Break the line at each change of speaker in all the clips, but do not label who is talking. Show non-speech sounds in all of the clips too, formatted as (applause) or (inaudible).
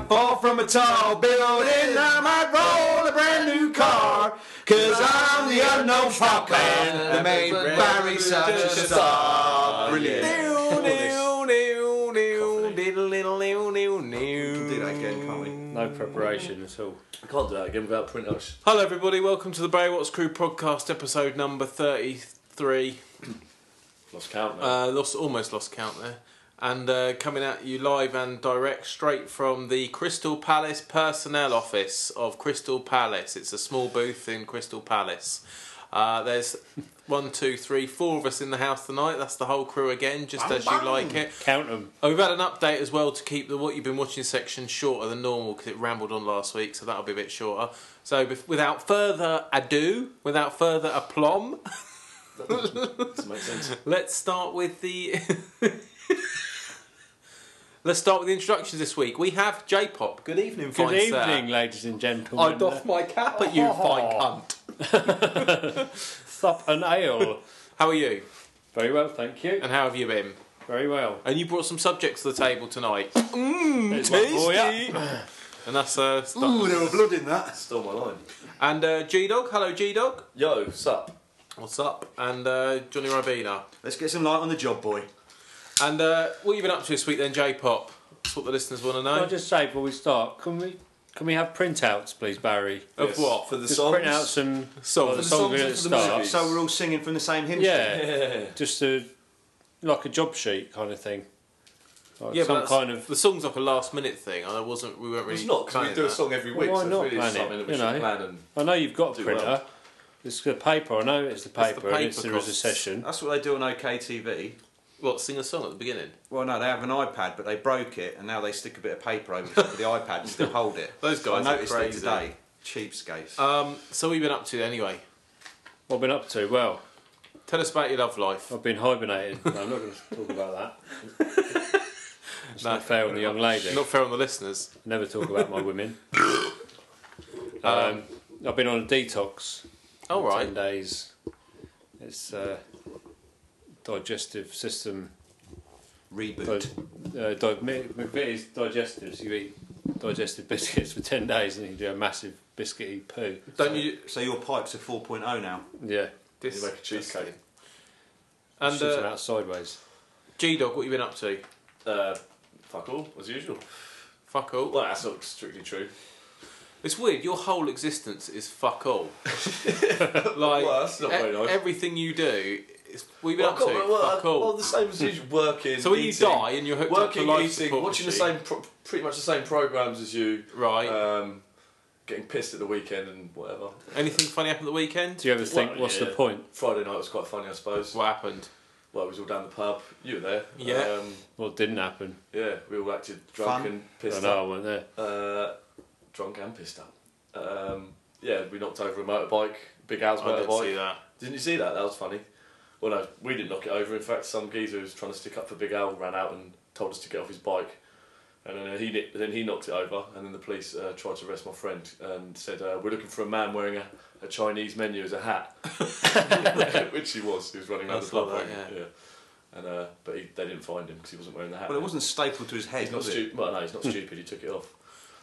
a tall building. I might roll a brand new car. Cause I'm the unknown frontman that made Barry such a star. Brilliant.
Do that again, can't we?
No preparation at all.
I can't do that again without printouts.
Hello, everybody. Welcome to the Barry Watts Crew podcast, episode number thirty-three.
Lost count now.
Uh, lost, almost lost count there. And uh, coming at you live and direct, straight from the Crystal Palace personnel office of Crystal Palace. It's a small booth in Crystal Palace. Uh, there's one, two, three, four of us in the house tonight. That's the whole crew again, just as you like it.
Count them.
Oh, we've had an update as well to keep the what you've been watching section shorter than normal because it rambled on last week, so that'll be a bit shorter. So, bef- without further ado, without further aplomb,
(laughs)
(laughs)
Doesn't make sense.
let's start with the. (laughs) let's start with the introductions this week. We have J-pop. Good evening,
Good
fine sir.
evening, ladies and
I
gentlemen.
Oh, doff my cap at you, fine cunt.
Sup and ale.
How are you?
(laughs) Very well, thank you.
And how have you been?
Very well.
And you brought some subjects to the table tonight, Mmm,
It's my boy up.
and that's uh. st-
Ooh, there were blood in that.
Stole my line.
And uh, G Dog, hello G Dog.
Yo, sup?
What's up? And uh, Johnny Ribena.
Let's get some light on the job, boy.
And uh, what have you been up to this week then, J-pop? That's what the listeners want to know.
Can I just say before we start, can we can we have printouts, please, Barry?
of
Yes.
what?
For the
Just
songs?
print out some
Songs.
well,
For
the
the
songs
Oh, songs
at
and for
the
the
start.
movies.
So we're all singing from the same hymn sheet.
Yeah,
Yeah.
just a like a job sheet kind of thing. Like
yeah,
some
but
kind
that's-
of.
the song's like a last-minute thing. I wasn't. We weren't really.
It's not, because we
planning
do a
that.
song every
Well,
week,
why
so
not
it's really
plan it,
something that we
you
should
know?
plan and...
I know you've got a
Do well.
printer. It's the paper. I know it's the paper.
the
and it's
paper
the
costs.
recession.
That's what they do on OKTV.
What? Sing a song at the beginning.
Well, no, they have an iPad, but they broke it, and now they stick a bit of paper over the top of the iPad and still hold it.
(laughs) Those guys
I
are
noticed
crazy.
it today. Cheapskates.
Um, so what have you been up to anyway?
What I've been up to? Well,
Tell us about your love life.
I've been hibernated. No, I'm not going to talk about that.
(laughs)
It's not fair on the young lady.
Not fair on the listeners.
Never talk about
(laughs)
my women. um, I've been on a detox.
All
for
right.
Ten days. It's uh, digestive system. Di-
Reboot.
uh, di- McVitie's digestives. You eat digestive (laughs) biscuits for ten days, and you do a massive biscuity poo.
Don't you?
So your pipes are 4.0 now.
Yeah.
This
make a cheesecake.
And
shoots them
uh,
out sideways.
G Dog, what have you been up to?
Uh, fuck all, as usual.
Fuck all.
Well, that's not strictly true.
It's weird. Your whole existence is fuck
(laughs)
all. like
Well, that's not very
e-
nice.
everything you do. It's, what have you been up
Well, I've
to?
got- well, uh,
fuck all.
Well, the same as usual, working,
So when you
eating,
die and you're hooked up to
working,
life
eating,
support
watching the
machine,
same, pro- pretty much the same programs as you,
right?
um, getting pissed at the weekend and whatever.
Anything funny happened at the weekend?
Do you ever think,
Well,
what's
yeah.
the point?
Friday night was quite funny, I suppose.
What happened?
Well, it was all down the pub. You were there.
Yeah.
Um,
Well, it didn't happen.
yeah, we all acted drunk
Fun.
and
I
pissed
know I wasn't there.
up. Uh, drunk and pissed up. Um, yeah, we knocked over a motorbike, Big Al's
I didn't
motorbike.
see that.
Didn't you see that? That was funny. Well, no, we didn't knock it over. In fact, some geezer who was trying to stick up for Big Al ran out and told us to get off his bike. And then uh, he kni- then he knocked it over, and then the police uh, tried to arrest my friend and said uh, we're looking for a man wearing a, a Chinese menu as a (laughs) hat, which he was. He was running
I
around the
saw
club
that,
wearing it, yeah. And uh, but he, they didn't find him because he wasn't wearing the hat.
Well, it wasn't stapled to his head,
He's not
was it?
stupid. Well, no, he's not stupid. He took it off.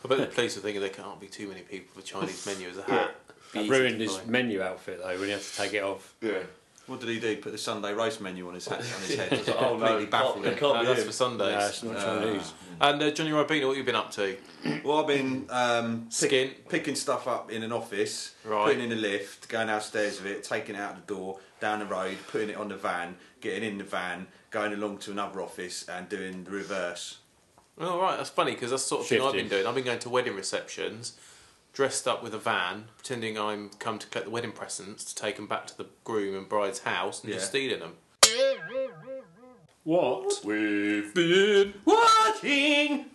I bet the police were thinking there can't be too many people with a Chinese menu
(laughs)
as a hat. Be
I
easy
ruined
to
his
find.
menu outfit though when he had to take it off.
Yeah.
What did he do? Put the Sunday roast menu on his head. On his
(laughs)
head. It was
Oh no!
completely
it can't-
baffling.
It can't
No,
be
that's
him.
for Sundays.
No, it's not Chinese.
And uh, Johnny Ribena, what have you been up to?
Well, I've been um,
Skin.
picking stuff up in an office,
Right.
putting in a lift, going downstairs with it, taking it out the door, down the road, putting it on the van, getting in the van, going along to another office, and doing the reverse.
Well, all Oh, right, that's funny because that's the sort of thing I've been
Shifting.
doing. I've been going to wedding receptions, dressed up with a van, pretending I'm come to collect the wedding presents to take them back to the groom and bride's house and just
Yeah.
stealing
(laughs)
them.
What?
We've
Been watching.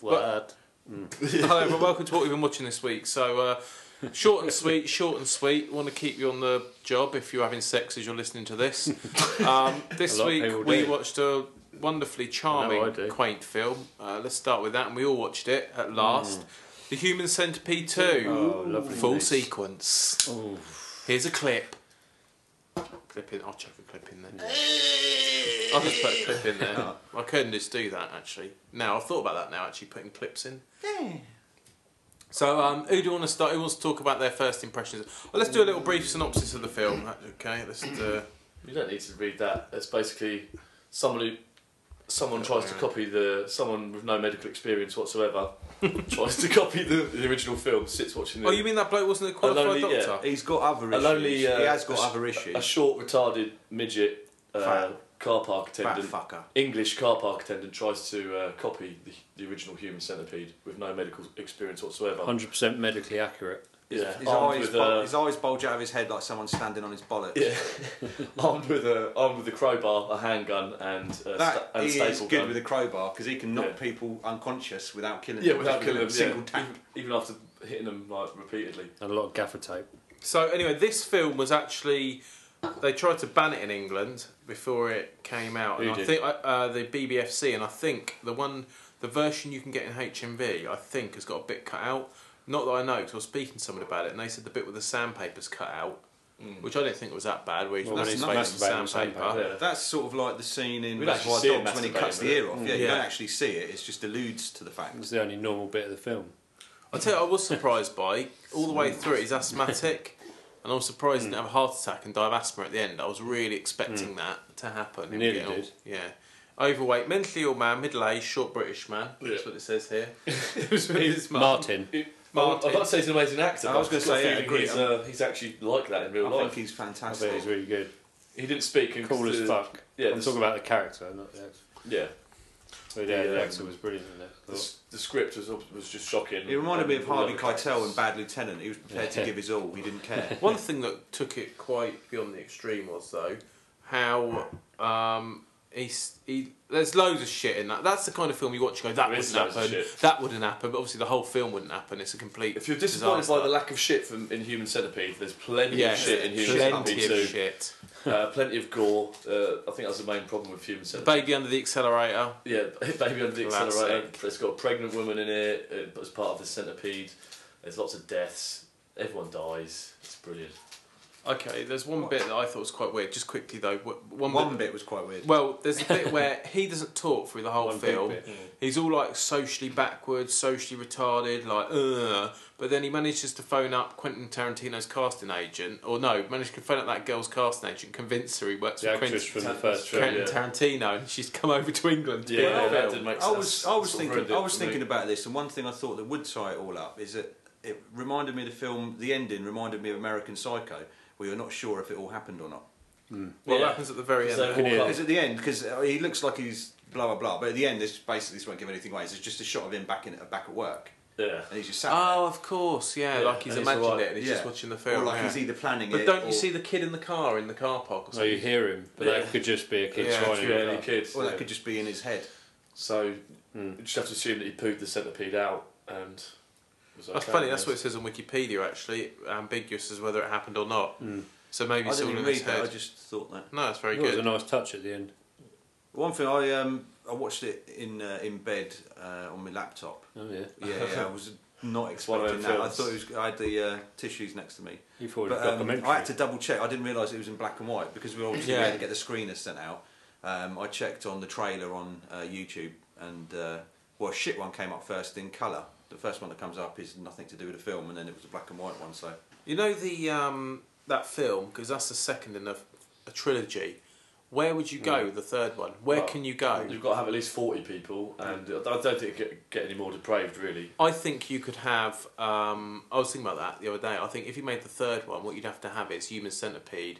what?
Hello, everyone. Welcome to what we've been watching this week. So, uh, short and sweet, short and sweet. Want to keep you on the job if you're having sex as you're listening to
(laughs)
this. Um, this
A lot of
week
people
we
do.
watched a wonderfully
I
charming,
do.
quaint film. Uh, let's start with that, and we all watched it at last. The Human Centipede Two.
Mm. Oh, lovely.
Full
Nice.
sequence.
Oh.
Here's a clip. Clip in. I'll chuck a clip in there. I'll just put a clip in there. I couldn't just do that actually. Now I've thought about that. Now actually putting clips in. So, um, who do you want to start? Who wants to talk about their first impressions? Well, let's do a little brief synopsis of the film. Okay, let's. Uh,
You don't need to read that. It's basically someone who someone tries to copy the someone with no medical experience whatsoever (laughs) tries to copy the, the original film. Sits watching the
oh, you mean that bloke wasn't a qualified
lonely- yeah.
doctor?
He's got other
A
issues.
lonely, uh,
he has got
a sh-
other issues.
a short retarded midget uh,
Fat.
car park
Fat
attendant.
fucker.
English car park attendant tries to uh, copy the, the original human centipede with no medical experience whatsoever.
Hundred percent medically accurate.
Yeah,
his,
armed
eyes
with
bul-
a-
his eyes bulge out of his head like someone standing on his bollocks.
Yeah, (laughs) armed with a armed with a crowbar, a handgun, and a sta-
That
and
he
staple
is good
gun.
with a crowbar because he can knock
Yeah.
people unconscious without killing
yeah,
them.
without
just with
killing them.
a single
yeah.
tap.
Even after hitting them like repeatedly.
And a lot of gaffer tape.
So anyway, this film was actually they tried to ban it in England before it came out, and
Who
I
did?
think uh, the BBFC, and I think the one the version you can get in HMV, I think has got a bit cut out. Not that I know, because I was speaking to someone about it, and they said the bit with the sandpaper's cut out, which I didn't think was that bad. Where he's
Well, when
he's
masturbating
masturbating
with
with
sandpaper.
sandpaper,
Yeah.
That's sort of like the scene in
We don't
That's
actually
Why
see him
Dogs when he
masturbating,
cuts the
but-
ear off. Yeah, you
Yeah.
don't actually see it. It just alludes to the
It was
fact.
the only normal bit of the film.
I tell you, I
(laughs)
was surprised by all the way through. it, He's asthmatic, and I was surprised he didn't
Hmm.
have a heart attack and die of asthma at the end. I was really expecting that to happen.
He nearly
You know,
did.
Yeah. Overweight, mentally ill man, middle aged, short British man.
Yeah.
That's what it says
(laughs)
here. it was really his mum.
Martin.
I'd like to say he's an amazing actor.
I
but
was gonna
I've got a
say, yeah,
feeling
agree.
He's, uh, he's actually like that in real
I
life.
think he's
I bet
fantastic.
he's really good.
he, didn't speak. and
Cool as
the-
fuck.
Yeah,
I'm
the-
talking about the character, not the actor.
Yeah,
So yeah,
The,
the,
um,
actor was brilliant in it. I
the,
thought.
s- the script was ob- was just shocking.
He reminded me of
And all
Harvey
the
Keitel
characters.
in Bad Lieutenant. He was prepared to
Yeah.
give his all. He didn't
(laughs)
care.
One thing that took it quite beyond the extreme was though how um, he's he. There's loads of shit in that. That's the kind of film you watch. and Go that
There is
wouldn't
loads of
happen.
shit.
That wouldn't happen. But obviously the whole film wouldn't happen. It's a complete.
If you're disappointed by
disaster.
the lack of shit from in Human Centipede, there's plenty
yeah,
of shit in Human
plenty
Centipede
of
too.
shit.
Uh, plenty of gore. Uh, I think that's the main problem with Human Centipede.
Baby under the accelerator.
Yeah, (laughs) Baby Under the
That's
Accelerator. It's got a pregnant woman in it uh, but as part of the centipede. There's lots of deaths. Everyone dies. It's brilliant.
Okay, there's one bit that I thought was quite weird. Just quickly though, wh- one,
One
bit.
bit was quite weird.
Well, there's a bit where he doesn't talk through the whole
One big
film.
bit.
He's all like socially backwards, socially retarded, like uh But then he manages to phone up Quentin Tarantino's casting agent, or no, manages to phone up that girl's casting agent, convince her he works
The
for Quentin,
actress from the first film.
Quentin
yeah.
Tarantino, and she's come over to England to
Yeah,
be in the
that did
film.
make
I
sense.
was I was
Sort of ruined
thinking
it
I was
for me.
thinking about this, and one thing I thought that would tie it all up is that it reminded me of the film. The ending reminded me of American Psycho, where you're not sure if it all happened or not.
Well,
Yeah.
that happens at the very end.
So
of the
Yeah.
film.
It's at the end because he looks like he's blah blah blah, but at the end, this basically this won't give anything away. It's just a shot of him back in uh, back at work,
Yeah.
and he's just sat
Oh, of course, yeah,
Yeah,
like he's
and it's
imagined
alright.
it and
there,
he's
Yeah.
just watching the film.
or like
yeah.
he's either planning
But
it.
don't
or, Oh,
you see the kid in the car in the car park or
No,
something?
you hear him, but
Yeah.
that could just be a kid
Yeah,
trying
Yeah,
to
any kids.
Or
yeah.
that could just be in his head.
So you just have to assume that he pooed the centipede out and. Was
That's
okay,
funny. That's
I
what it says on Wikipedia. Actually, ambiguous as whether it happened or not. So maybe
Hmm. I
it's
didn't
all in
even
his
read that.
head.
I just thought that.
No, that's very
It was a
good.
nice touch at the end.
One thing I um I watched it in uh, in bed uh, on my laptop.
Oh yeah,
Yeah, yeah, I was not
one of
expecting
them
that. I
films. Oh,
thought it was. I had the uh, tissues next to me.
you thought it was
But,
a
um,
documentary.
I had to double check. I didn't realise it was in black and white because we obviously
Yeah.
had to get the screener sent out. Um, I checked on the trailer on uh, YouTube, and uh, well, shit one came up first in colour. The first one that comes up is nothing to do with the film, and then it was a black and white one. So
You know the um, that film because that's the second in a, a trilogy. Where would you
Hmm.
go? with The third one. Where
Well,
can you go?
You've got to have at least 40 people, and I don't think it get, get any more depraved, really.
I think you could have. Um, I was thinking about that the other day. I think if you made the third one, what you'd have to have is Human Centipede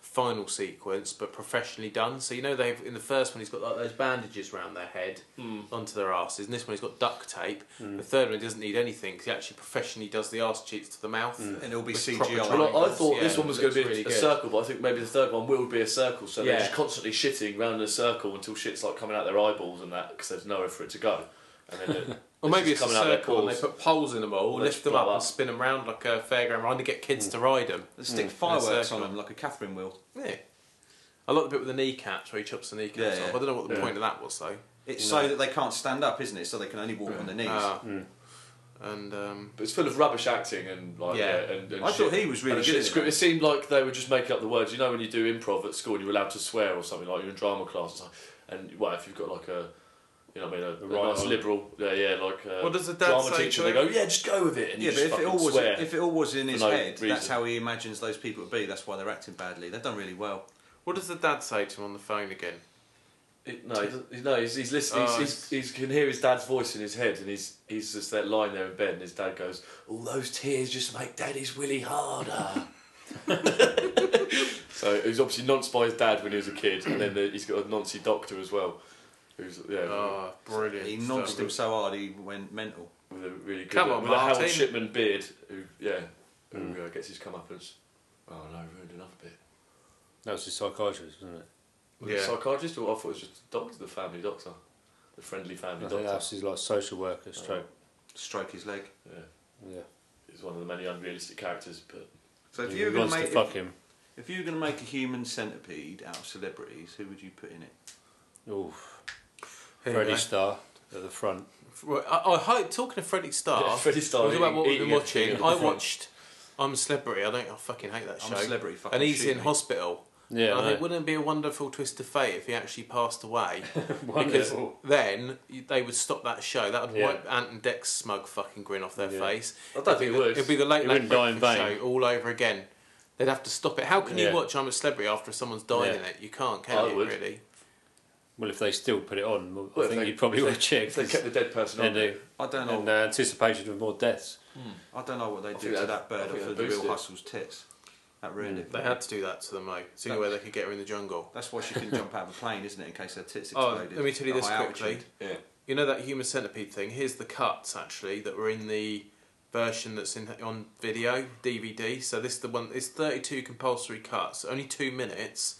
final sequence, but professionally done. So you know they've in the first one he's got like those bandages round their head
Hmm.
onto their asses, and this one he's got duct tape. The third one he doesn't need anything 'cause he actually professionally does the arse cheeks to the mouth.
Hmm.
and it'll be
With
CGI.
proper
Well, I
triangles,
thought
yeah,
this one was
looks
going to be a-
really
a,
good.
circle, but I think maybe the third one will be a circle, so
Yeah.
they're just constantly shitting round in a circle until shit's like coming out their eyeballs and that, because there's nowhere for it to go.
(laughs)
And then it-
Or maybe it's a
just coming out their
circle and they
paws.
put poles in them all,
Or they
lift
just
them
blow
up, and
up.
spin them round like a fairground ride to get kids
Hmm.
to ride them.
Let's stick fireworks on
circle.
them like a Catherine wheel.
Yeah. I like the bit with the kneecaps where he chops the kneecaps
Yeah,
off.
yeah.
I don't know what the
Yeah.
point of that was though.
It's so that they can't stand up, isn't it? So they can only walk on their knees.
Ah. And um,
But it's full of rubbish acting and like
Yeah.
yeah, and, and
I
shit.
thought he was really
And
good
shit
in
script.
that.
It seemed like they were just making up the words. You know, when you do improv at school, and you're allowed to swear or something like you're in drama class, or something. and well, if you've got like a You know what I mean? A,
The
a
right
nice
one.
liberal, yeah, yeah, like uh,
What does the dad
drama
say
teacher.
to
They
him?
go, yeah, just go with it. And
Yeah,
you
but if
just
it
fucking
all was
swear.
if it all was in his
no
head, that's
reason.
how he imagines those people would be. That's why they're acting badly. They've done really well.
What does the dad say to him on the phone again?
It- no, he doesn't- he- no, he's, he's listening.
Oh,
he's, he's, he can hear his dad's voice in his head, and he's he's just there lying there in bed, and his dad goes, "All those tears just make daddy's willy harder." (laughs) so he was obviously nonced by his dad when he was a kid, and then the, he's got a nancy doctor as well, who's yeah,
Oh, brilliant.
He
stuff.
nonced him so hard he went mental.
with a really good
Come on,
with a Howard
Martin.
Shipman beard. Who yeah, who uh, gets his comeuppance. Oh no, ruined another bit.
That was his psychiatrist, wasn't it?
Was it a
Yeah.
psychiatrist, or I thought it was just the doctor, the family doctor, the friendly
I
family
think
doctor.
that was his like social worker stroke.
Stroke his leg.
Yeah.
Yeah.
He's one of the many unrealistic characters, but
So if
He
you were going
wants
to
to
make
fuck
if,
him.
if you were going to make a human centipede out of celebrities, who would you put in it?
Oof.
Here we
Freddie
go.
Starr at the front.
Right, I, I hope oh, talking to Freddie Starr.
Yeah, Freddie Starr
Talking about what we've
eating
been watching.
everything at
I
the front.
watched. I'm a celebrity. I don't. I fucking hate that
I'm
show.
a Celebrity, fucking
And he's
shoot
in
me.
hospital.
Yeah.
And I
I
think
know.
wouldn't it be a wonderful twist of fate if he actually passed away? (laughs) because
Wonderful.
then you- they would stop that show. That would
Yeah.
wipe Ant and Dex's smug fucking grin off their
Yeah.
face.
I don't think it would.
It'd be the late
It
late
wouldn't die in
breakfast
vain.
show all over again. They'd have to stop it. How can
Yeah.
you watch I'm a Celebrity after someone's died
Yeah.
in it? You can't, can
I
you?
would.
Really?
Well, if they still put it on, well, I
Well, if
think
they-
you'd probably
if
want
they-
to check.
If they kept the dead person on,
and
there,
the,
I don't know.
and, uh, anticipation of more deaths.
I don't know what they did
think
to
that-
that
I
bird
think
for
that
the real
boosted.
hustle's tits. That ruined it.
They had to do that to them, though. It's the only way they could get her in the jungle.
That's why she couldn't jump out of a plane, isn't it? In case her tits
Oh,
exploded.
let me tell you
at
this
high
quickly.
altitude.
yeah.
You know that human centipede thing? Here's the cuts actually that were in the version that's in on video DVD. So this is the one. It's 32 compulsory cuts, only two minutes.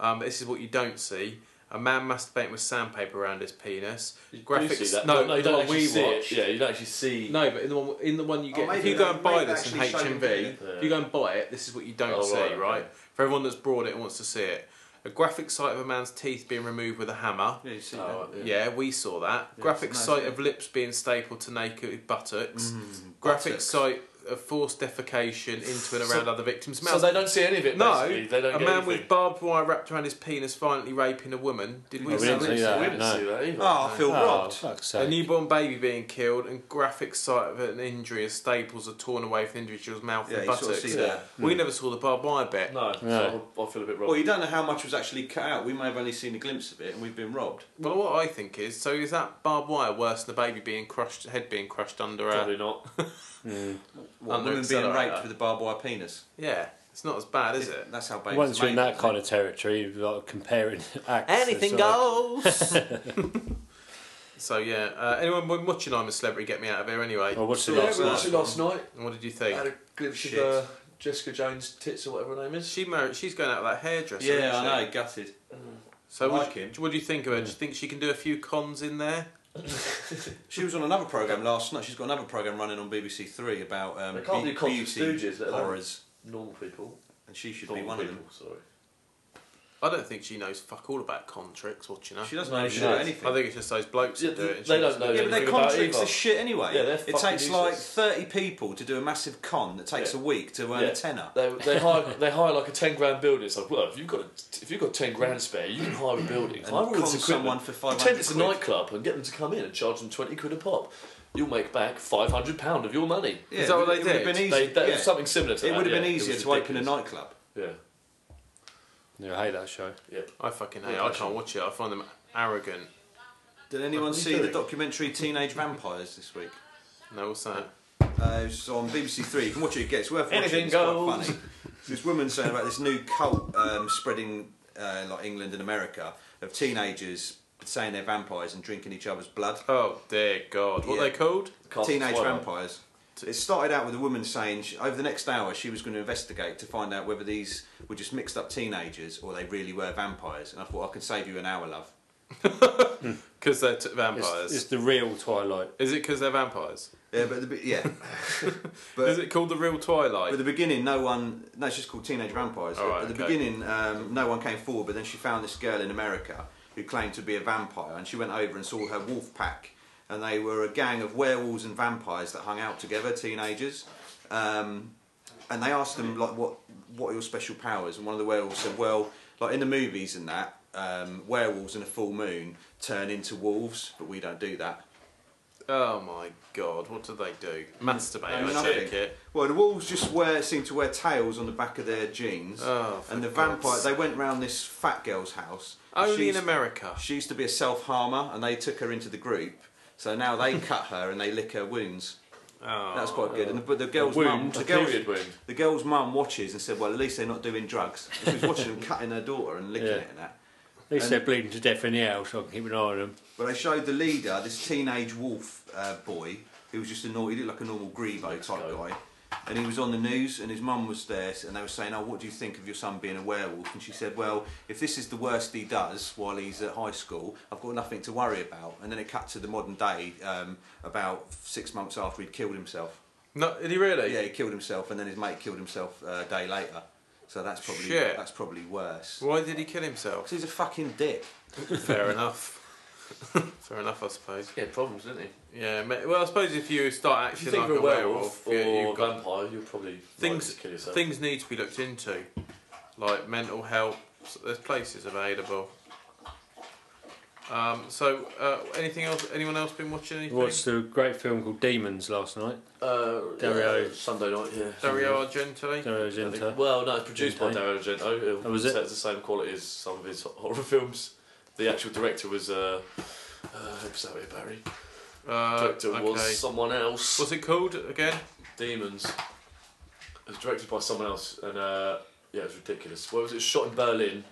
Um, this is what you don't see. A man masturbating with sandpaper around his penis.
You do see that.
No,
no, you
the
don't
one
actually
we
see it.
watched.
Yeah, you don't actually see.
No, but in the one in the one you
Oh,
get, if
maybe
you go
they-
and buy
maybe they
this in
actually showed
HMV,
it,
if you go and buy it, this is what you don't
Oh,
see,
right,
right?
okay.
For everyone that's brought it and wants to see it, a graphic sight of a man's teeth being removed with a hammer.
Yeah, you see
Oh,
that.
right,
Yeah,
yeah.
we saw that. graphic
it's nice,
sight
yeah.
of lips being stapled to naked buttocks.
Mm, Mm-hmm.
graphic
buttocks.
sight of forced defecation into and around other victims'
So
mouths.
they don't see any of it.
no,
basically. they don't
a
get
man
anything.
with barbed wire wrapped around his penis violently raping a woman. Did we
Oh, we
see
didn't
this?
see
we
that.
didn't
No.
see that either.
Oh, I feel
Oh,
robbed.
fuck's
A
sake.
newborn baby being killed and graphic sight of an injury as staples are torn away from the individual's mouth
Yeah,
and
you sort of
buttocks.
see that. Hmm.
We never saw the barbed wire bit.
No,
No.
So I, I feel a bit wrong.
Well, you don't know how much was actually cut out. We may have only seen a glimpse of it, and we've been robbed.
Well, what I think is, so is that barbed wire worse than the baby being crushed, head being crushed under
Probably
a?
not.
What,
Under
women being
accelerator.
raped with a barbed wire penis.
Yeah, it's not as bad, is
(laughs)
it?
That's how babies.
Once you're in
made,
that
isn't
kind
it?
of territory, you're, like comparing acts. it's
(laughs)
like-
goes. (laughs) so yeah, uh, anyone been watching I'm a Celebrity, get me out of here anyway.
Oh.
I watched it
Yeah,
last
we
night.
watched it last night.
And what did you
I had
think?
a glimpse of
Shit.
uh, Jessica Jones' tits or whatever her name is.
She married, she's going out with that hairdresser.
Yeah,
isn't
I
she?
know. Gutted.
So
Like
what, do you-
him.
what do you think of her? Do you think she can do a few cons in there?
She was on another program last night. She's got another program running on BBC Three about um,
They can't
be-
do Cops and
beauty
Stooges, let alone-
horrors,
Normal people.
and she should
Normal
be one
people,
of them.
Sorry.
I don't think she knows fuck all about con tricks. Watching her,
She doesn't
No,
know
she
shit about
does.
anything.
I think it's just those blokes
Yeah,
that do it. and
they
she
don't
doesn't
know
do
yeah,
it.
but
anything
their
about
contracts
either.
are shit anyway.
Yeah, they're
it
fucking
takes like
useless.
30 people to do a massive con that takes
Yeah.
a week to earn
Yeah.
a tenner.
They, they hire (laughs) they hire like a ten grand building. It's like, well, if you've got a, if you've got ten grand spare, you can hire a building. hire all
con
this equipment,
someone for 500
Pretend it's a
quid.
nightclub and get them to come in and charge them twenty quid a pop. You'll make back five hundred pound of your money.
Yeah,
Is that what
it
they
would
did?
have been
They,
easy.
that,
yeah.
Something similar to
It
that.
would have been
yeah. It
easier
was
to open a
ridiculous.
nightclub.
Yeah, I hate that show.
Yeah, yeah.
I fucking hate. it. I can't watch it. I find them arrogant.
Did anyone
are you
see the
doing?
documentary Teenage Vampires this week?
No, what's that?
Uh, it's on BBC Three. You can watch it. It gets worth watching.
Anything
it's quite
goes.
funny. This woman saying about this new cult um, spreading uh, like England and America of teenagers saying they're vampires and drinking each other's blood.
Oh dear God!
Yeah.
What are they called?
Cast
Teenage
Twilight.
vampires. It started out with a woman saying she, over the next hour she was going to investigate to find out whether these were just mixed up teenagers or they really were vampires. And I thought I can save you an hour, love.
Because they're t-
It's,
vampires.
it's the real Twilight.
Is it because they're vampires?
Yeah, but the, be- yeah,
Is
but.
it called the real Twilight?
At the beginning, no one. No, it's just called Teenage Vampires.
All right,
At the
okay.
beginning, um, no one came forward, but then she found this girl in America who claimed to be a vampire, and she went over and saw her wolf pack, and they were a gang of werewolves and vampires that hung out together, teenagers. Um, and they asked them like what what are your special powers and one of the werewolves said well like in the movies and that um, werewolves in a full moon turn into wolves, but we don't do that.
Oh my god, what do they do? Masturbate, I
Nothing.
take it.
Well, the wolves just wear seem to wear tails on the back of their jeans,
Oh, for
and the
God's
vampire they went round this fat girl's house.
Only in
She's-
America.
She used to be a self harmer, and they took her into the group. So now
(laughs)
they cut her and they lick her wounds.
Oh.
That's quite good. And the, but the girl's mum,
wound,
the
a
girl's,
period wound.
the girl's mum watches and said, "Well, at least they're not doing drugs." And she was watching
(laughs)
them cutting her daughter and licking
Yeah.
it and that.
At least they're bleeding to death in the house, so I can keep an eye on them.
But they showed the leader, this teenage wolf uh, boy, who was just a normal, he looked like a normal Grebo type
go.
guy. And he was on the news, and his mum was there, and they were saying, Oh, what do you think of your son being a werewolf? And she said, Well, if this is the worst he does while he's at high school, I've got nothing to worry about. And then it cut to the modern day, um, about six months after he'd killed himself.
No, did he really?
Yeah, he killed himself, and then his mate killed himself uh, a day later. So that's probably
Shit.
that's probably worse.
Why did he kill
(laughs)
himself?
Because he's a fucking dick.
Fair enough. (laughs) Fair enough, I suppose.
Yeah, problems, didn't he?
Yeah, ma- well, I suppose if you start
If you
acting
think
like
of
a
a werewolf,
werewolf, yeah,
or
you've got-
vampire, you'll probably
Things-
things kill yourself.
things need to be looked into, like mental health. s- There's places available. Um, so, uh, anything else? Anyone else been watching anything?
Watched a great film called Demons last night.
uh,
Dario.
yeah, Sunday night, yeah.
Dario Argento.
Dario
I think-
Argento.
Well, no, it's produced by
Didn't
Dario Argento.
Oh, was it?
It's the same quality as some of his horror films. The actual director was uh, uh, Xavier Barry.
Uh,
Director was
okay.
someone else.
What's it called again?
Demons. It was directed by someone else, and uh, yeah, it was ridiculous. Where was it? Shot in Berlin.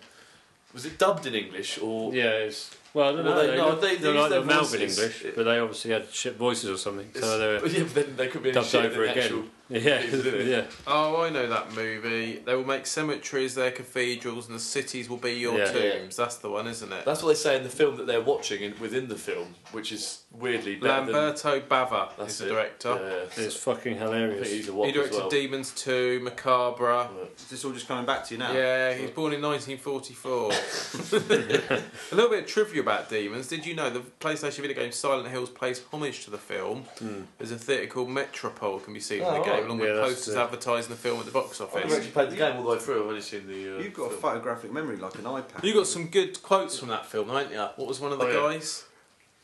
Was it dubbed in English or?
Yeah, it's. Well, I don't
Well,
know.
they-
They,
no,
look-
they-
they,
they
are
use
like
their
the Melbourne
voices.
English, but they obviously had shit voices or something. So they were
It's- (laughs) yeah, but then they could be in
dubbed
shit
over
in actual-
again.
(laughs)
(laughs) Yeah,
didn't it?
yeah.
Oh, I know that movie. They will make cemeteries their cathedrals, and the cities will be your
Yeah.
tombs. That's the one, isn't it?
That's what they say in the film that they're watching in, within the film, which is weirdly better than-
Lamberto Bava
That's
is the
it.
director.
Yeah,
It's fucking
I think he's
hilarious.
a wop
He
as
directed
well.
Demons 2, Macabre.
Is this all just coming back to you now?
Yeah, he was born in 1944. a little bit of trivia about Demons. Did you know the PlayStation video game Silent Hills plays homage to the film? There's a theatre called Metropole can be seen in
Oh,
the game,
right.
along
Yeah,
with
that's
posters
the-
advertising the film at the box
I've
office.
actually played the game all the way through. I've only seen the. Uh,
You've got a
film.
photographic memory like an iPad.
You got some good quotes from that film, haven't you? What was one of the
Oh, yeah.
guys?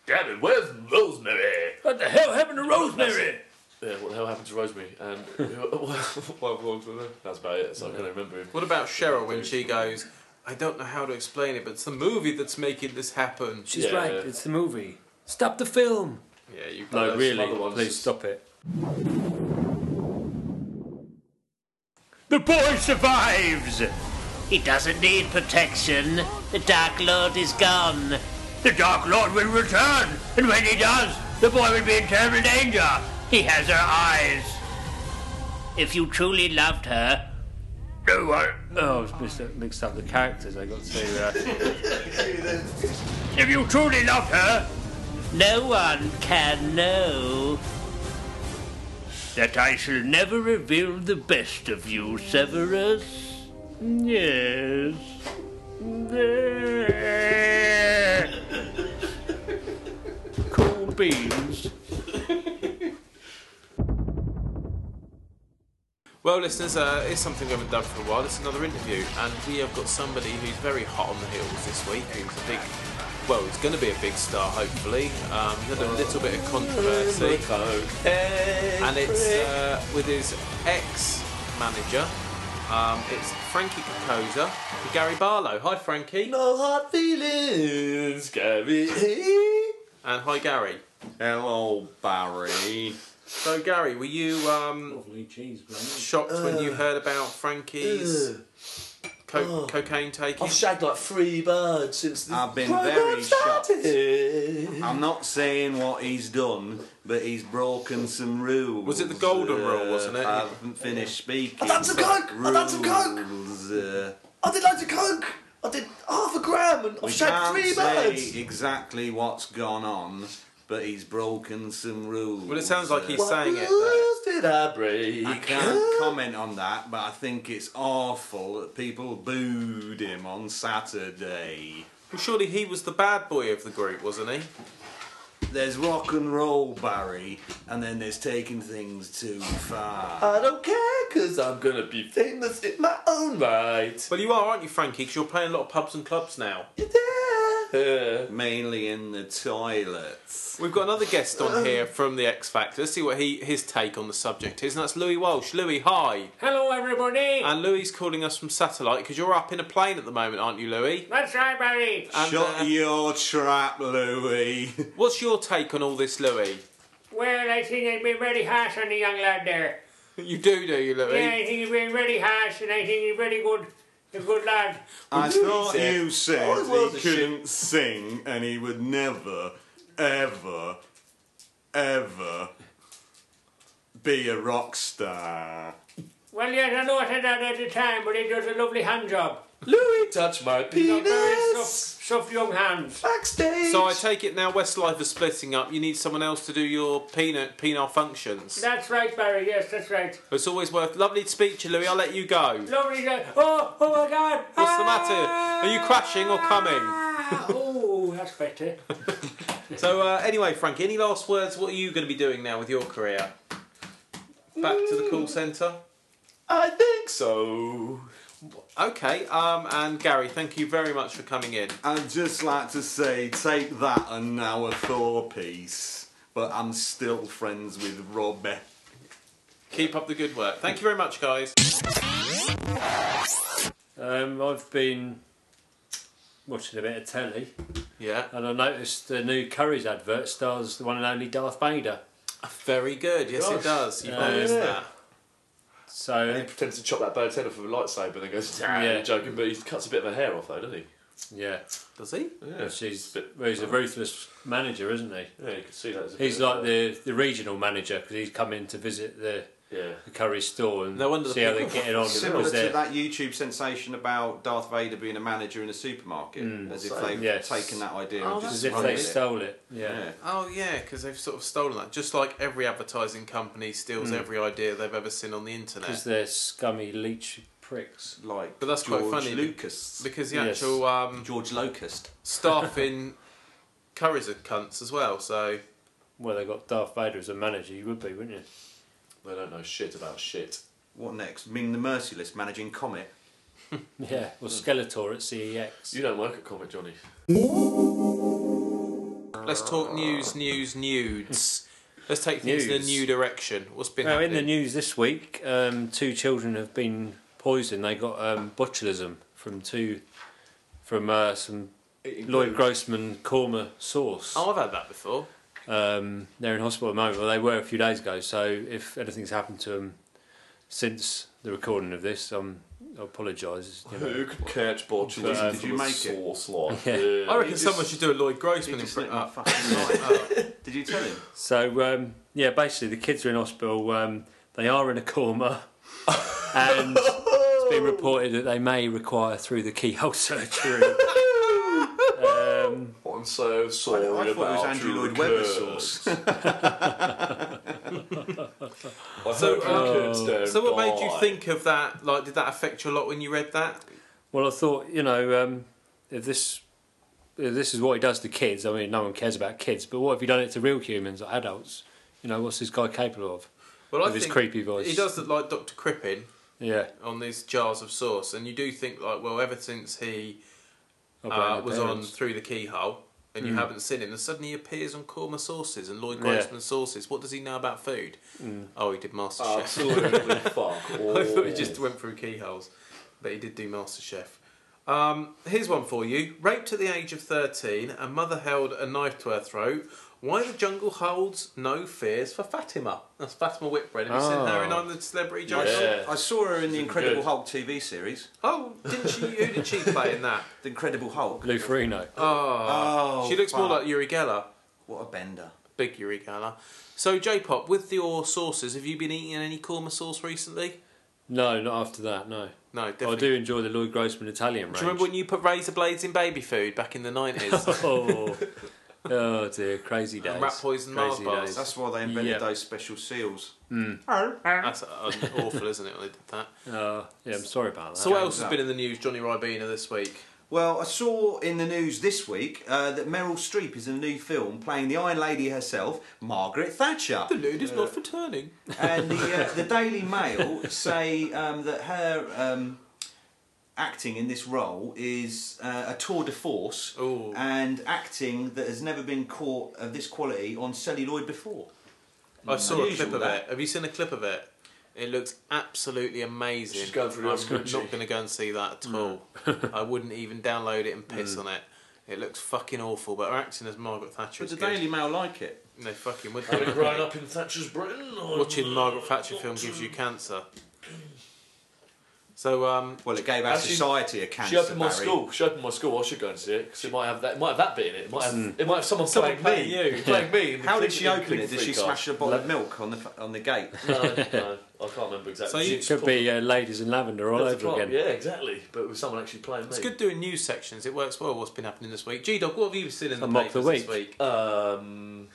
Damn it! Where's Rosemary?
What the hell happened to Rosemary?
Yeah, what the hell happened to Rosemary? And (laughs) what wrong with her? That's about it. So I can't remember him.
What about Cheryl when she goes, I don't know how to explain it, but it's the movie that's making this happen.
She's
Yeah.
right. It's the movie. Stop the film.
Yeah, you
No,
there's
really.
some other ones
Please
that's-
stop it. The boy survives.
He doesn't need protection. The Dark Lord is gone. The Dark Lord will return, and when he does, the boy will be in terrible danger. He has her eyes. If you truly loved her, no, I.
Oh, I was mixed up, mixed up the characters. I got to. Uh,
If you truly loved her, no one can know that I shall never reveal the best of you, Severus. Yes. cool beans.
Well, listeners, uh, it's something we haven't done for a while. It's another interview, and we have got somebody who's very hot on the heels this week. Who's a big, well, he's going to be a big star, hopefully. Um, he's had a little bit of controversy, and it's uh, with his ex-manager. Um, it's Frankie Kakoza and Gary Barlow. Hi, Frankie,
No Oh, hard feelings, Gary.
and hi, Gary.
Hello, Barry.
So, Gary, were you um,
Lovely cheese, man.
shocked when
Uh.
you heard about Frankie's co- cocaine taking?
(laughs) Oh. I've shagged like three birds since the
I've been
program
very shocked.
started.
I'm not saying what he's done, but he's broken some rules.
Was it the golden rule, wasn't it?
I haven't finished speaking.
I've had some coke! I've had some coke!
Rules, uh,
I did loads of coke. I did half a gram, and
we
I've shagged
can't
three
say
birds.
exactly what's gone on, but he's broken some rules.
Well, it sounds like
uh,
he's
What
saying it.
rules did I break?
I can't comment on that, but I think it's awful that people booed him on Saturday.
Well, surely he was the bad boy of the group, wasn't he?
There's rock and roll, Barry, and then there's taking things too far.
I don't care, cause I'm gonna be famous in my own right.
Well, you are, aren't you, Frankie? Because you're playing a lot of pubs and clubs now.
Yeah.
Mainly in the toilets.
We've got another guest on here from the X Factor. Let's see what he his take on the subject is, and that's Louis Walsh. Louis, hi.
Hello, everybody.
And Louis calling us from satellite because you're up in a plane at the moment, aren't you, Louis?
That's right, buddy.
And,
Shut
uh,
your trap, Louis.
What's your take on all this, Louis?
Well, I think I've been very harsh on the young lad there.
You do, do you, Louis?
Yeah, I think he's been very harsh, and I think he's very good. A good lad.
I
Mm-hmm.
thought
said-
you
All
said
it was
he
is
couldn't sing and he would never, ever, ever be a rock star.
Well, yes, I know I said that at the time, but he does a lovely hand job.
Louis touched my
Got very soft,
penis.
soft young hands.
Backstage.
So I take it now Westlife is splitting up. You need someone else to do your peanut penile functions.
That's right, Barry. Yes, that's right.
It's always worth. Lovely to speak to you, Louis. I'll let you go.
Lovely. guy. Oh, oh my God.
What's the matter? Are you crashing or coming?
oh, that's better.
So uh, anyway, Frankie, any last words? What are you going to be doing now with your career? Back to the call centre.
I think so.
Okay. Um, and Gary, thank you very much for coming in.
I'd just like to say, take that and now a four piece. But I'm still friends with Robbie.
Keep up the good work. Thank you very much, guys.
Um, I've been watching a bit of telly,
Yeah.
and I noticed the new Curry's advert stars the one and only Darth Vader.
Very good. Yes, it
Gosh.
does. You've
Yeah.
noticed
Yeah.
that.
He
So
pretends to chop that bird's head off with a lightsaber, then goes, "Nah,"
Yeah.
joking, but he cuts a bit of a hair off though, doesn't he?
yeah,
Does he?
Yeah,
she's well, he's a ruthless manager, isn't he?
yeah you can see that. as a
He's
bit of-
like the the regional manager because he's come in to visit the,
yeah.
the Curry store and
No wonder the
see how they're
people-
getting
(laughs)
on.
Similar to
because they're-
that YouTube sensation about Darth Vader being a manager in a supermarket, as if
So-
they've
Mm. Yes.
taken that idea
Oh,
and
that's
just
as if
run
they
with it.
stole it. Yeah.
Yeah.
Oh yeah, because they've sort of stolen that. Just like every advertising company steals every idea they've ever seen on the
Hmm. because
internet.
they're scummy leech pricks.
Like
But that's quite
George
funny, be-
Lucas.
Because the
Yes.
actual um,
George Locust.
staff in Curry's are cunts as well. So
Well, they got Darth Vader as a manager. You would be, wouldn't you?
They don't know shit about shit.
What next? Ming the Merciless managing Comet.
Yeah. Well, Skeletor at E CEX.
You don't work at Comic Johnny.
Let's talk news, news, nudes. Let's take things in a
News.
new direction. What's been
Now, in
happening?
the news this week, um, two children have been poisoned. They got um, botulism from two from uh, some Lloyd Grossman korma sauce.
oh, I've had that before.
Um, they're in hospital at the moment. Well, they were a few days ago. So, if anything's happened to them since the recording of this, um, I apologise. You
(laughs)
know.
Who could catch botulism
Did
from
you
a
make it?
(laughs)
sauce like
Yeah.
this?
I reckon
just-
someone should do a Lloyd Grossman
He just
impression.
lit my
Oh,
fucking light
(laughs)
up. Did you tell
(laughs)
him?
So um, yeah, basically the kids are in hospital. Um, they are in
(laughs)
a coma, and it's been reported that they may require through the keyhole (laughs) surgery. um,
I'm so
I
"Oh, sorry
thought it
about
was Andrew
your
Lloyd Webber
curse. (laughs)
sauce.
I
So, uh,
hope your kids don't
so what made you
die.
think of that? Like, did that affect you a lot when you read that?
well, I thought you know um, if this if this is what he does to kids. I mean, no one cares about kids, but what if he done it to real humans, like adults? You know, what's this guy capable of?
Well,
With his creepy voice.
He does look like Dr. Crippen
Yeah,
on these jars of sauce, and you do think like, well, ever since he
I'll blame
uh,
the
was on
parents.
through the keyhole. And you haven't seen him, and suddenly he appears on Korma sauces and Lloyd
Yeah. Hmm.
Grossman sauces. What does he know about food? Oh, he did MasterChef. (laughs)
Absolutely fuck all.
I thought he just went through keyholes, but he did do MasterChef. Um, here's one for you. Raped at the age of 13, a mother held a knife to her throat. Why the jungle holds no fears for Fatima. That's Fatima Whitbread. Have you seen her in
Oh.
I'm the Celebrity Jungle?
Yeah.
I saw her in the Incredible
good.
Hulk TV series.
Oh, didn't she? Who did she play in that?
The Incredible Hulk.
Lou Ferrino.
Oh,
Oh,
Uh, she looks more
fuck.
like Yuri Geller.
What a bender.
Big Yuri Geller. So, J-pop, with your sauces, have you been eating any korma sauce recently?
No, not after that. No,
No,
I
definitely.
do enjoy the Lloyd Grossman Italian range.
Do you remember when you put razor blades in baby food back in the
(laughs)
90s?
oh, oh dear, crazy days.
rat poison Mars
crazy
bars.
days.
That's why they invented
Yeah.
those special seals.
That's uh, awful, isn't it? When they did that.
Uh, yeah, I'm sorry about that.
So what else
goes
has
up.
been in the news, Johnny Ribena, this week?
Well, I saw in the news this week uh, that Meryl Streep is in a new film playing the Iron Lady herself, Margaret Thatcher.
(laughs) The lid is not for turning.
and the, uh, the Daily Mail say um, that her um, acting in this role is uh, a tour de force
Ooh.
and acting that has never been caught of this quality on celluloid before.
I saw a
Unusual,
clip of
that.
it. Have you seen a clip of it? It looks absolutely amazing.
She's going through
I'm
the scrutiny.
not going to go and see that
Mm.
at all.
(laughs)
I wouldn't even download it and piss on it. It looks fucking awful, but her acting as Margaret Thatcher
But
is
the
good.
Daily Mail like it.
No fucking would
Having grown
they?
up in Thatcher's Britain, I'm
Watching Margaret Thatcher film gives you cancer. So, um,
Well, it gave our
Actually,
society a cancer.
She opened my
Barry.
school. She opened my school. I should go and see it because it might have that. It might have that bit in it. It might have. It might have someone,
Someone
playing
playing
me.
you.
Playing me. in the
How
Click-
did she
in the
open it?
Click
Did
Free
she
card.
smash a bottle of milk on the f- on the
(laughs)
gate? (laughs)
No, no, I can't remember exactly.
So you-
She-
Could be uh, ladies in lavender all
That's
over
the problem.
again.
Yeah, exactly. But with someone actually playing me.
it's good doing news sections. It works well. What's been happening this week? G Dog, what have you seen in the
A mock
papers
the
this
week.
week?
Um,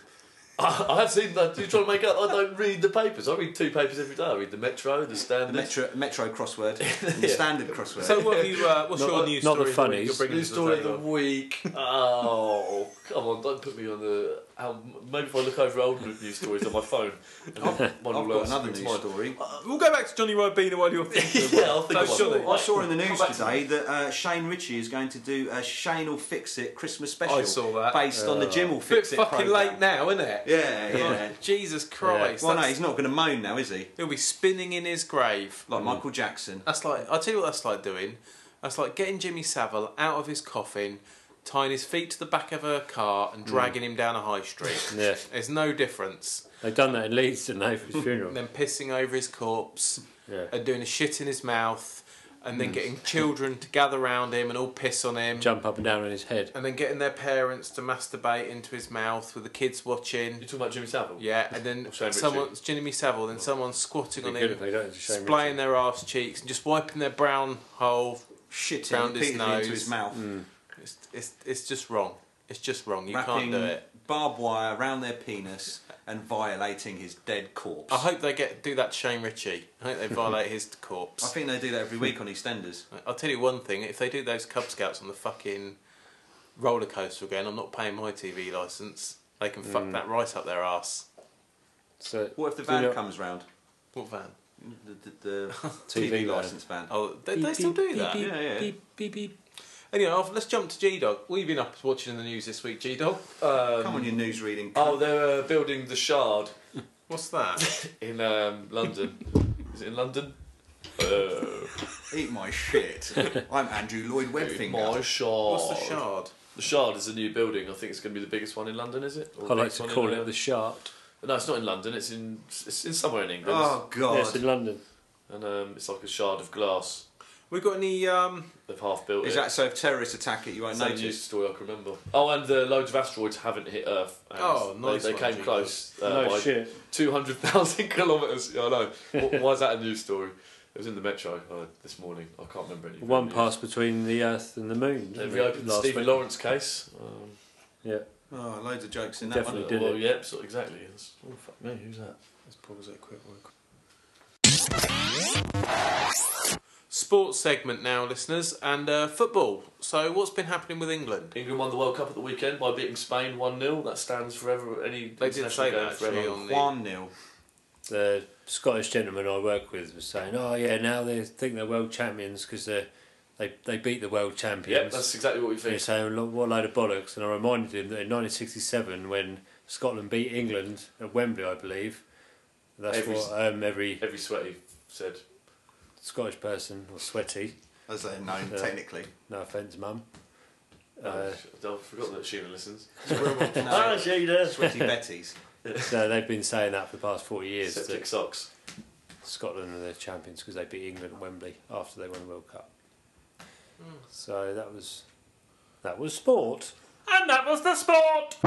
(laughs) I, I have seen that. You're trying to make up. I don't read the papers. I read two papers every day. I read the Metro, the
The
Standard.
Metro, Metro
(laughs)
crossword, and the standard crossword.
So, what have you? Uh, what's
Not-
your news
not
story? of
the
week?
funnies.
You're bringing
News
to
story of
table?
the week. Oh, come on! Don't put me on the. How, maybe if I look over old news stories on my phone. and then one
I've
will
got
else
another
springs
news
to mind.
story.
We'll go back to Johnny Ribena while you're thinking. Oh,
yeah, I'll think
No,
of one.
surely.
I saw in the news
Come back to
today that uh, Shane Ritchie is going to do a Shane will fix it Christmas special.
I saw that. Uh,
based on the Jim will
Bit
fix it.
fucking
programme.
late now, isn't it?
Yeah, yeah.
(laughs) Like, Jesus Christ.
well, no,
that's-
he's not going to moan now, is he?
He'll be spinning in his grave.
Like Michael Jackson.
That's like I tell you what that's like doing. That's like getting Jimmy Savile out of his coffin, tying his feet to the back of a car, and dragging him down a high street.
Mm. (laughs) Yeah.
There's no difference.
They've done that in Leeds, didn't they, for his
(laughs)
funeral?
And then pissing over his corpse,
Yeah.
and doing a shit in his mouth, and then getting children to gather round him and all piss on him.
Mm. Jump up and down on his head.
and then getting their parents to masturbate into his mouth with the kids watching.
You're talking about Jimmy Savile.
Yeah, and then
Shane Ritchie.
someone's Jimmy Savile, then someone squatting on
Oh. Be good
him,
if they don't, it's a shame,
splaying their ass cheeks, and just wiping their brown hole.
Shitting
Round his
repeatedly
nose.
into his mouth.
It's, it's, it's just wrong. It's just wrong. You
wrapping
can't do it.
barbed wire around their penis and violating his dead corpse.
I hope they get do that to Shane Ritchie. I hope they violate his
(laughs) I
corpse.
think they do that every week on EastEnders.
I'll tell you one thing: if they do those Cub Scouts on the fucking roller coaster again, I'm not paying my TV license. They can fuck
Mm.
that right up their ass.
So,
What if the
do you
van
know-
comes round?
What van?
The, the, the
TV
TV
van.
license van.
Oh, they, they still do that.
Yeah, yeah.
Anyway, off- let's jump to G Dog. We've been up watching the news this week, G Dog.
Come on, you news reading.
Um, Oh, they're uh, building the Shard
What's
(laughs)
that?
in um, London. Is it in London? Uh,
Eat my shit. I'm Andrew Lloyd Webfinger.
my Shard.
What's the shard?
The Shard is a new building. I think it's going to be the biggest one in London, is it? Or
I like
biggest
to
one in,
call
uh,
it the Shard.
No, it's not in London. It's in it's in somewhere in England,
Ah.
Oh God!
Yes, in London.
and um, it's like a shard of glass.
We got any? Um,
They've half built
Is
it.
that so? If terrorists attack it, you won't
It's only a news
notice.
story I can remember. Oh, and the loads of asteroids haven't hit Earth. and
Oh, nice
They, they
one,
came
Jesus.
close. Uh,
No
by
shit.
Two hundred thousand (laughs) kilometres. Yeah, I know.
(laughs)
Wh- Why is that a news story? It was in the metro uh, this morning. I can't remember any.
One
news.
pass between the Earth and the Moon.
They
didn't
reopened
it,
the
last
Stephen
week?
Lawrence case. Um,
Yeah.
Oh, loads of jokes in that
Definitely.
one.
They did
well,
it.
yeah, so exactly. It's- oh fuck me, who's that?
let's pause it quick. Sports segment now, listeners, and uh, football. So, what's been happening with England?
England won the World Cup at the weekend by beating Spain one 0 That stands forever. Any
They did
international
say
game
that actually
forever.
on the.
One nil.
The Scottish gentleman I work with was saying, "Oh yeah, now they think they're world champions because they they they beat the world champions."
Yep, that's exactly what we
And
think.
he's saying, "Look, what a load of bollocks. And I reminded him that in 1967, when Scotland beat England at Wembley, I believe, that's
Every-
what um, every
Every sweaty said.
Scottish person, or sweaty,
As they're known
Yeah.
technically.
no offence, mum.
Oh,
Uh,
sh- I forgot that Sheena listens.
no,
she does.
sweaty Betty's.
(laughs) so they've been saying that for the past 40 years
Septic
that
socks.
Scotland are the champions because they beat England at Wembley after they won the World Cup.
Hmm.
So that was that was sport.
And that was the sport.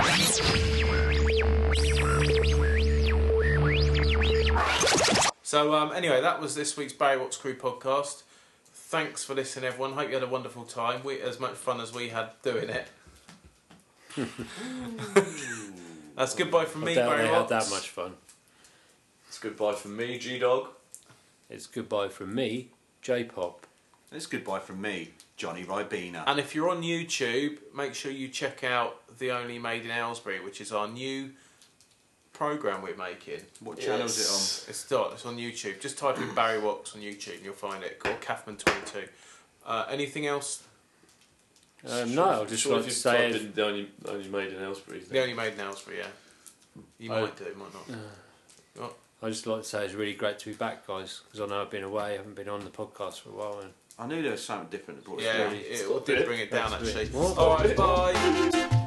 So, um, anyway, that was this week's Barry Watts Crew podcast. Thanks for listening, everyone. Hope you had a wonderful time. We as much fun as we had doing it. That's goodbye from
I
me,
doubt
Barry
they
Watts.
had that much fun.
It's goodbye from me, G Dog.
It's goodbye from me, J-pop.
It's goodbye from me, Johnny Ribena.
And if you're on YouTube, make sure you check out The Only Made in Aylesbury, which is our new program we're making.
what channel is
Yes.
It's not. It's on YouTube. Just type in Barry Watts on YouTube and you'll find it. Or Kaufman22. Uh, anything else?
Uh, no, I'd just
Sure,
like
if
to
you
say
typed in the only, only made in Aylesbury.
The Only Made in Aylesbury, yeah. You
Oh.
might do, might not.
I just like to say it's really great to be back, guys, because I know I've been away, I haven't been on the podcast for a while. And
it on? I knew there was something different that brought us
Yeah,
together.
it, it did bring it down
That's
actually.
it.
Alright, bye.